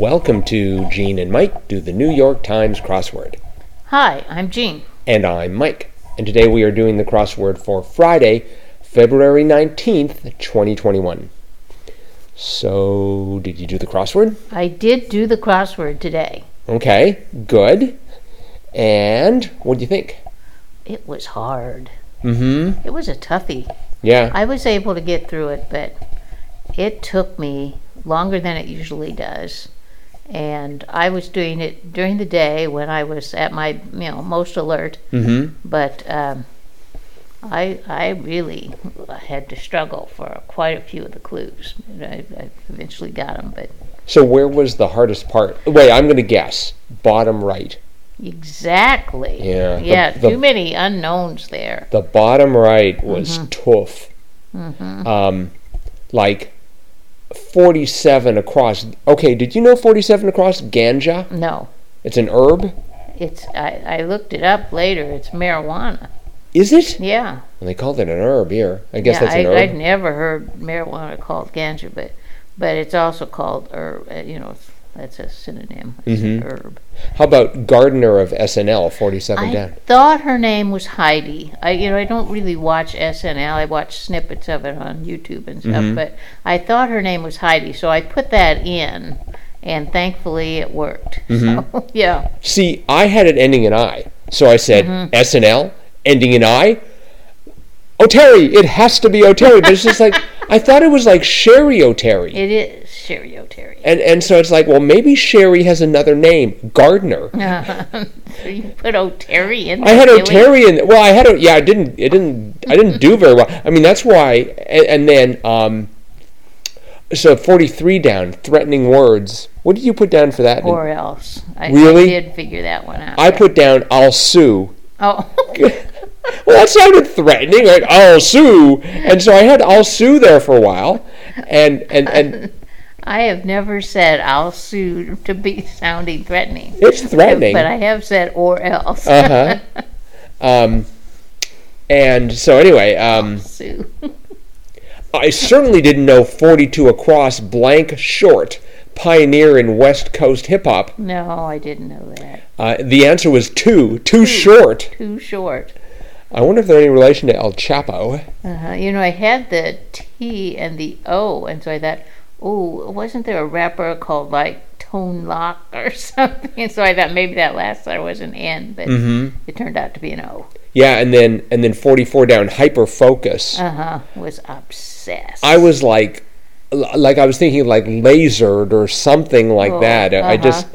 Welcome to Gene and Mike do the New York Times crossword. Hi, I'm Jean. And I'm Mike. And today we are doing the crossword for Friday, February 19th, 2021. So, did you do the crossword? I did do the crossword today. Okay, good. And what do you think? It was hard. Mm hmm. It was a toughie. Yeah. I was able to get through it, but it took me longer than it usually does. And I was doing it during the day when I was at my, you know, most alert. Mm hmm. But um, I, I really had to struggle for quite a few of the clues. And I, I eventually got them, but So, where was the hardest part? Wait, I'm going to guess. Bottom right. exactly. Yeah, the- Yeah. the- too many unknowns there. The bottom right was tough. Mm-hmm. Um, like 47 across. Okay, did you know 47 across? Ganja? No. It's an herb? It's I, I looked it up later. It's marijuana. Is it? Yeah. And they called it an herb here. I guess yeah, that's an I, herb. I'd never heard marijuana called ganja, but but it's also called herb. uh, You know, it's- that's a synonym. It's Mm-hmm. an herb. How about Gardener of SNL, 47 I down? thought her name was Heidi. I you know I don't really watch SNL. I watch snippets of it on YouTube and stuff. Mm-hmm. But I thought her name was Heidi, so I put that in, and thankfully it worked. Mm-hmm. So yeah. See, I had it ending in I. So I said Mm-hmm. SNL, ending in I. O'Terry, it has to be O'Terry. But it's just like, I thought it was like Sherry O'Terry. It is Sherry O'Terry. And and so it's like, well, maybe Sherry has another name, Gardner. so you put O'Terry in I there. had really? O'Terry in. Well, I had O- yeah, I didn't, it didn't, I didn't do very well. I mean, that's why. And, and then, um, so forty three down, threatening words. What did you put down for that? or else. I, I Really? did figure that one out. I put down I'll sue. oh, Well, that sounded threatening. Like I'll sue, and so I had I'll sue there for a while, and and and I have never said I'll sue to be sounding threatening. it's threatening. But I have said or else Uh huh. Um, and so anyway, um. sue. I certainly didn't know 42 across blank short pioneer in West Coast hip hop. No, I didn't know that. Uh, the answer was two, Hmm. too short. Too short. I wonder if they're any relation to El Chapo. Uh-huh. You know, I had the T and the O, and so I thought, oh, wasn't there a rapper called like Tone Lock or something? And so I thought maybe that last letter was an N, but Mm-hmm. it turned out to be an O. Yeah, and then and then 44 down hyper focus. Uh huh. Was obsessed. I was like, l- like I was thinking like lasered or something like Oh, that. I- I uh-huh. just,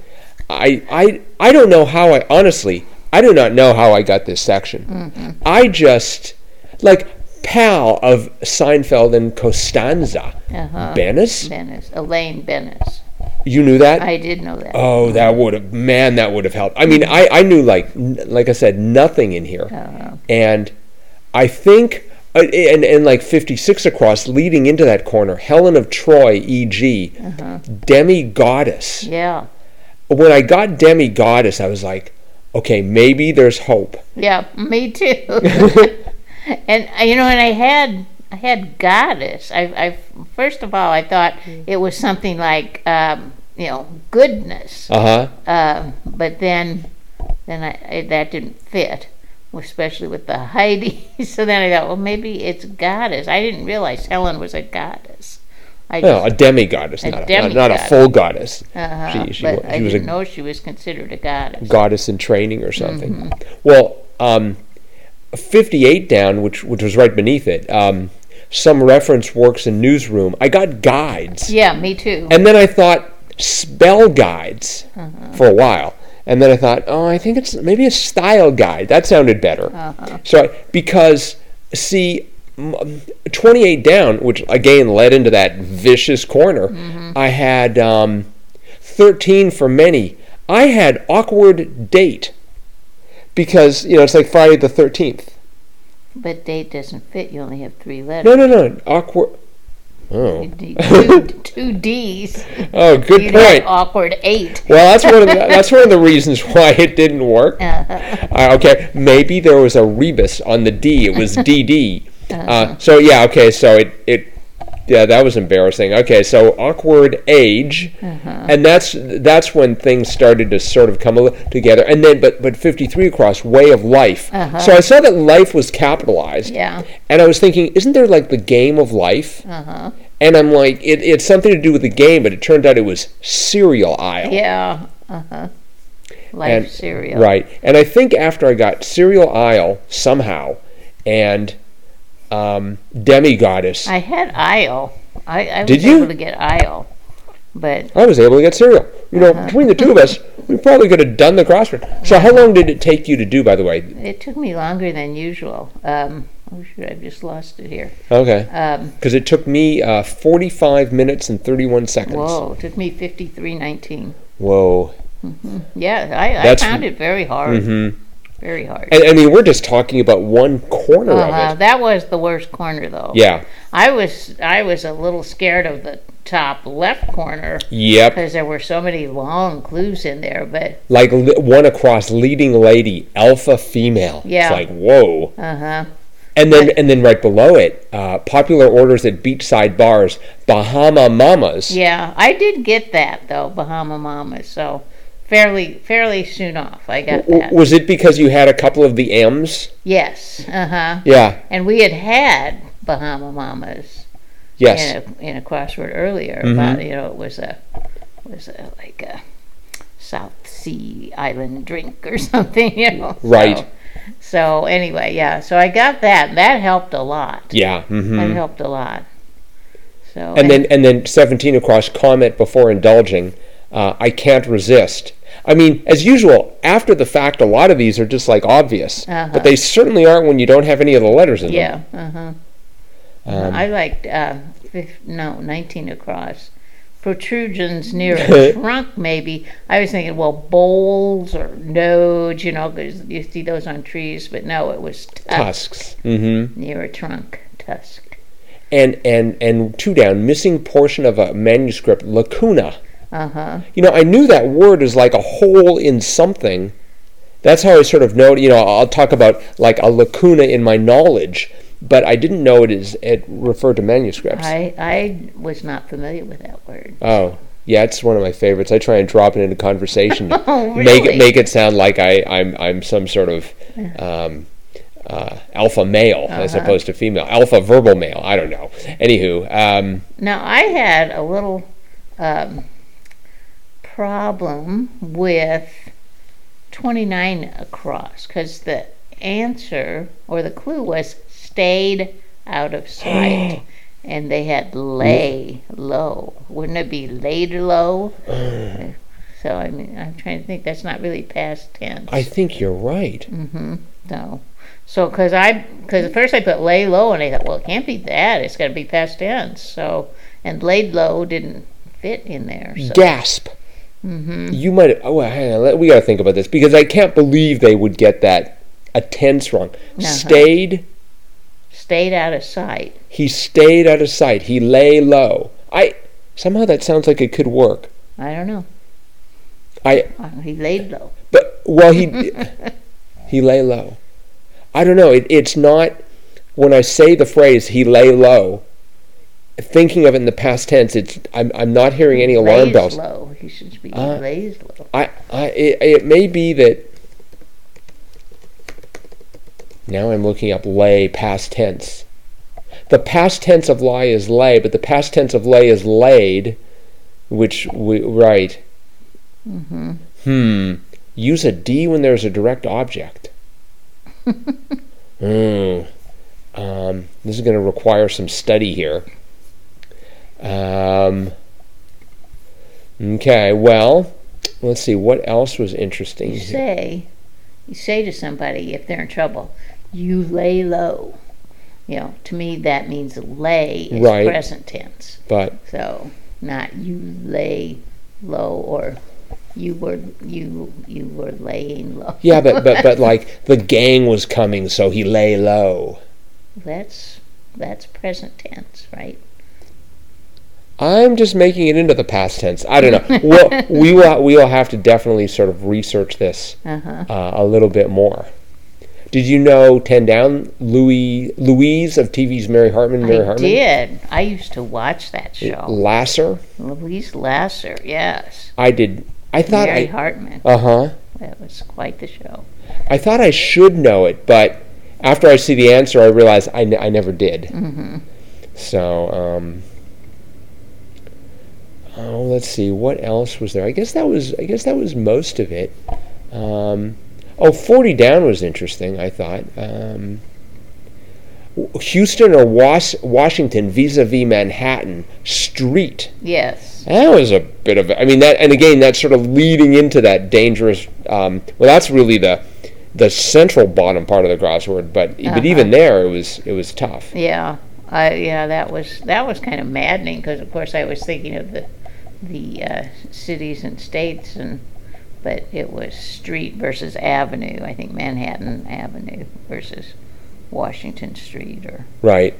I, I, I don't know how I honestly, I do not know how I got this section. Mm-hmm. I just like pal of Seinfeld and Costanza, Uh-huh. Bennis. Bennis, Elaine Bennis. You knew that. I did know that. Oh, that would have man, that would have helped. I mean, I, I knew like n- like I said nothing in Oh, here, and I think uh, and and like fifty six across leading into that corner, Helen of Troy, e.g., Uh-huh. demi goddess. Yeah, When I got demi goddess, I was like, okay, maybe there's hope. yeah, me too. and uh, you know, and I had I had goddess. I, I first of all, I thought it was something like um, you know goodness, Uh huh. um, but then then I, I that didn't fit. Especially with the Heidi, so then I thought, well, maybe it's goddess. I didn't realize Helen was a goddess. I No, just, a demi goddess, not, a- not, not a demigoddess. full goddess. uh-huh, she- she but wa- I she was a- didn't know she was considered a goddess. goddess in training or something. Well, um, 58 down, which which was right beneath it. Um, some reference works in newsroom. I got guides, Yeah, me too. and then I thought spell guides for a while, and then I thought, oh, I think it's maybe a style guide. That sounded better. So I- because see. m- 28 down, which again led into that vicious corner. I had um, 13 for many. I had awkward date because, you know, it's like Friday the 13th. But date doesn't fit. You only have three No, letters. no, no. Awkward. Oh. You need Two, two D's. Oh, good You'd have point. awkward eight. Well, that's one of the, that's one of the reasons why it didn't work. Uh, Uh, okay, maybe there was a rebus on the D. It was DD. Uh, so yeah, okay, so it it yeah, that was embarrassing. Okay, so awkward age, and that's that's when things started to sort of come a li- together. And then, but but fifty three across way of life. So I saw that life was capitalized. Yeah. Uh. And I was thinking, isn't there like the game of life? Uh-huh. And I'm like, it, it's something to do with the game, but it turned out it was cereal aisle. Yeah. Uh huh. Life And- cereal. Right. And I think after I got Cereal Isle somehow and um, Demi Goddess, I-, I had IO. I, I Did was you? able to get IO, but was able to get cereal. You know, Uh-huh. between the two of us, we probably could have done the crossword. So, how long did it take you to do, by the way? it took me longer than usual. Um, oh shoot, I've just lost it here. Okay. Um, Because it took me uh, 45 minutes and 31 seconds. whoa, it took me fifty three nineteen. Whoa. Yeah, I, I That's- Mm-hmm. found it very hard. Very hard. And, I mean, we're just talking about one corner Uh-huh. of it. That was the worst corner though. Yeah. I was I was a little scared of the top left corner Yep. because there were so many long clues in there. But Like li- one across leading lady, alpha female. It's Yeah. like, whoa. uh huh. And then, and then right below it, uh, popular orders at beachside bars, Bahama Mamas. Yeah, I did get that though, Bahama Mama. So fairly fairly soon off, I got W- that. was it because you had a couple of the M's? Yes, uh huh. Yeah. And we had had Bahama Mamas Yes. Mm-hmm. in a in a crossword earlier about you know it was a was a like a South Sea island drink or something you know. Right. So, so anyway, yeah. So I got that. and That helped a lot. Yeah. hmm That helped a lot. So And then, and then seventeen across comment before indulging. Uh, I can't resist. I mean, as usual, after the fact, a lot of these are just like obvious, Uh-huh. but they certainly aren't when you don't have any of the letters in them. Yeah. Uh-huh. Um, I liked uh, fif- no nineteen across. Protrusions near a trunk, maybe. I was thinking, well, bowls or nodes, you know, 'cause you see those on trees, but no, it was tusk Tusks. hmm near a trunk, tusk. And and and two down. Missing portion of a manuscript lacuna. Uh huh. you know, I knew that word is like a hole in something. That's how I sort of know. You know, I'll talk about like a lacuna in my knowledge, but I didn't know it is it referred to manuscripts. I I was not familiar with that word. oh, yeah, it's one of my favorites. I try and drop it into conversation, to Oh, make it really? make it sound like I I'm I'm some sort of. Um, uh, alpha male as Uh-huh. opposed to female, alpha verbal male. I don't know. Anywho, um, Now I had a little um, problem with 29 across because the answer or the clue was stayed out of sight. And they had lay low. Wouldn't it be laid low? so I mean, I'm trying to think. That's not really past tense. I think you're right. no. So because I because at first I put lay low and I thought, well, it can't be that. It's got to be past tense. So and laid low didn't fit in there. So mm-hmm. gasp. You might have. Oh, well, hang on. let- We got to think about this because I can't believe they would get that a tense wrong. Stayed. stayed out of sight. He stayed out of sight. He lay low. I somehow that sounds like it could work. I don't know. I Uh, He laid low. but well he he lay low. I don't know. It, it's not when I say the phrase he lay low. Thinking of it in the past tense, it's I'm I'm not hearing any alarm lays bells. low. He should be Uh, lays low. I, I it, it may be that now I'm looking up lay past tense. The past tense of lie is lay, but the past tense of lay is laid, which we, right. Mm-hmm. Hmm. Use a D when there's a direct object. Hmm. Um, this is going to require some study here. Um, okay, well, let's see what else was interesting. You here. say, you say to somebody if they're in trouble, you lay low. You know, to me that means lay is Right. present tense. But So not you lay low or you were you you were laying low. yeah, but but but like the gang was coming, so he lay low. That's that's present tense, right? I'm just making it into the past tense. I don't know. well, we will we will have to definitely sort of research this Uh huh. uh, a little bit more. Do Did you know Ten Down? Louis Louise of TV's Mary Hartman. Mary I Hartman. did. I used to watch that show. Lasser. Louise Lasser, yes. I did. I thought Mary I. Hartman. Uh huh. That was quite the show. I thought I should know it, but after I see the answer, I realize I, ne- I never did. Mm-hmm. So, um, oh, let's see, what else was there? I guess that was I guess that was most of it. Um, oh, 40 down was interesting. I thought um, w- Houston or Was- Washington vis-a-vis Manhattan street. Yes. That was a bit of. I mean, that and again, that's sort of leading into that dangerous. Um, well, that's really the the central bottom part of the crossword, but but even there, it was it was tough. Yeah. I yeah, that was that was kind of maddening because of course I was thinking of the the uh, cities and states and but it was street versus avenue. I think Manhattan Avenue versus Washington Street or Right.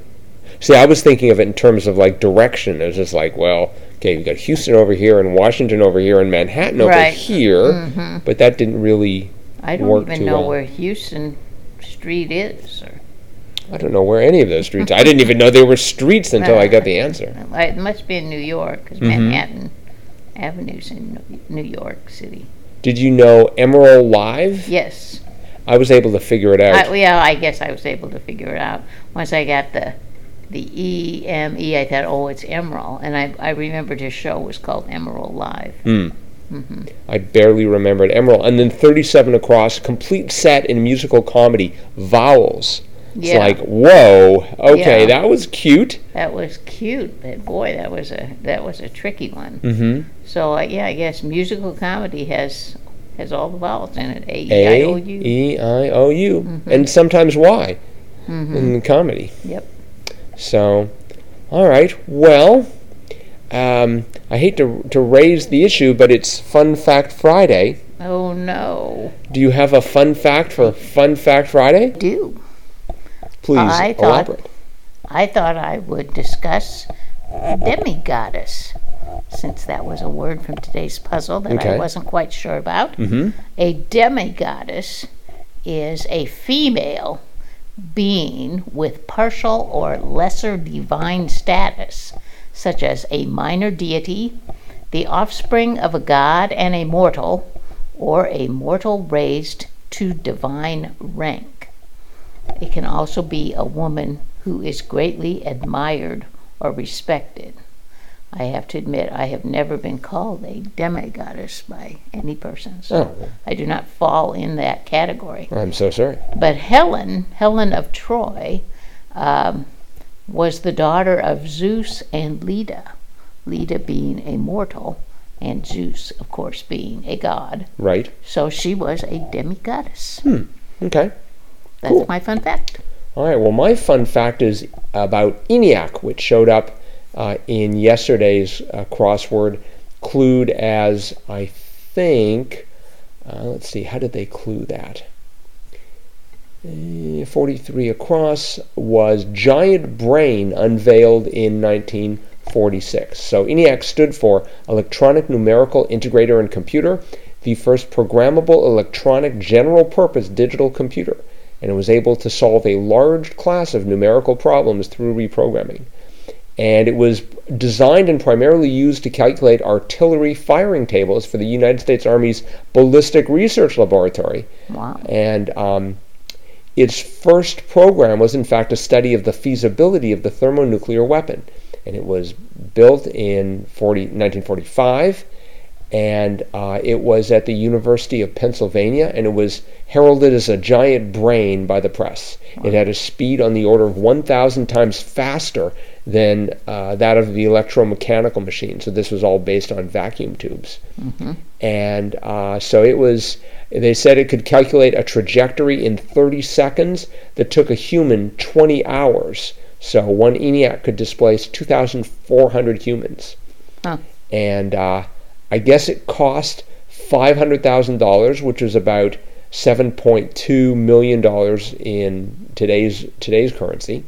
See, I was thinking of it in terms of like direction. It was just like, well, okay, you've got Houston over here and Washington over here and Manhattan over Right. Mm. here, but that didn't really. Mm-hmm. I don't Worked even too know well. where Houston Street is or I don't know where any of those streets. I didn't even know they were streets until I got the answer. uh, It must be in New York, because Mm-hmm. Manhattan Avenue's in New- New York City. Did you know Emerald Live? Yes. I was able to figure it out. I, yeah, I guess I was able to figure it out. Once I got the the E M E, I thought, oh, it's Emerald. And I, I remembered his show was called Emerald Live. Mm-hmm. I barely remembered Emerald. And then 37 Across, complete set in musical comedy, Vowels. It's Yeah. like, whoa, okay, Yeah. that was cute. That was cute, but boy, that was a that was a tricky one. So uh, yeah, I guess musical comedy has has all the vowels in it. A E I A O U. Mm-hmm. E I O U. And sometimes Y in comedy. Yep. So, all right, well, um, I hate to, to raise the issue, but it's Fun Fact Friday. Oh no. Do you have a fun fact for Fun Fact Friday? Do. Please I thought- elaborate. I thought I would discuss demigoddess, since that was a word from today's puzzle that Okay. I wasn't quite sure about. Mm-hmm. A demigoddess is a female being with partial or lesser divine status, such as a minor deity, the offspring of a god and a mortal, or a mortal raised to divine rank. It can also be a woman who is greatly admired or respected. I have to admit, I have never been called a demigoddess by any person, so Oh. I do not fall in that category. I'm so sorry. But Helen, Helen of Troy, um, was the daughter of Zeus and Leda, Leda being a mortal, and Zeus, of course, being a god. Right. So she was a demigoddess. Okay. That's Cool. my fun fact. All right. Well, my fun fact is about ENIAC, which showed up uh, in yesterday's uh, crossword, clued as I think. Uh, let's see. How did they clue that? Eh, 43 across was Giant Brain unveiled in 1946. So ENIAC stood for Electronic Numerical Integrator and Computer, the first programmable electronic general purpose digital computer, and it was able to solve a large class of numerical problems through reprogramming. And it was designed and primarily used to calculate artillery firing tables for the United States Army's Ballistic Research Laboratory. Wow. And um, its first program was, in fact, a study of the feasibility of the thermonuclear weapon. And it was built in 40, 1945, and uh, it was at the University of Pennsylvania, and it was heralded as a giant brain by the press. It had a speed on the order of 1,000 times faster than uh, that of the electromechanical machine. So this was all based on vacuum tubes and uh, so it was they said it could calculate a trajectory in 30 seconds that took a human 20 hours so one eniac could displace 2400 humans Huh. and uh, i guess it cost $500000 which was about 7.2 million dollars in today's today's currency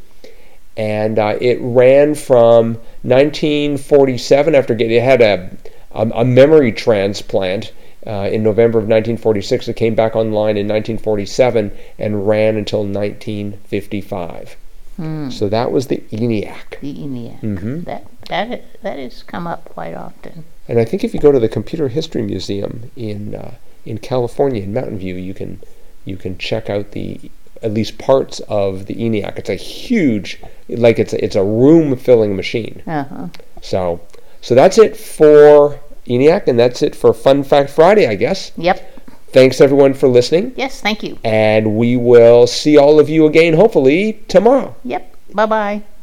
and uh, it ran from 1947 after getting it had a, a, a memory transplant Uh, in November of 1946, it came back online in 1947 and ran until 1955. So that was the ENIAC. the ENIAC. That, that, i- that has come up quite often. And I think if you go to the Computer History Museum in uh, in California in Mountain View, you can you can check out the at least parts of the ENIAC. It's a huge, like it's a, it's a room filling machine. Uh-huh. So so that's it for ENIAC, and that's it for Fun Fact Friday, I guess. Yep. Thanks everyone for listening, Yes, thank you. and we will see all of you again hopefully tomorrow. Yep. Bye-bye.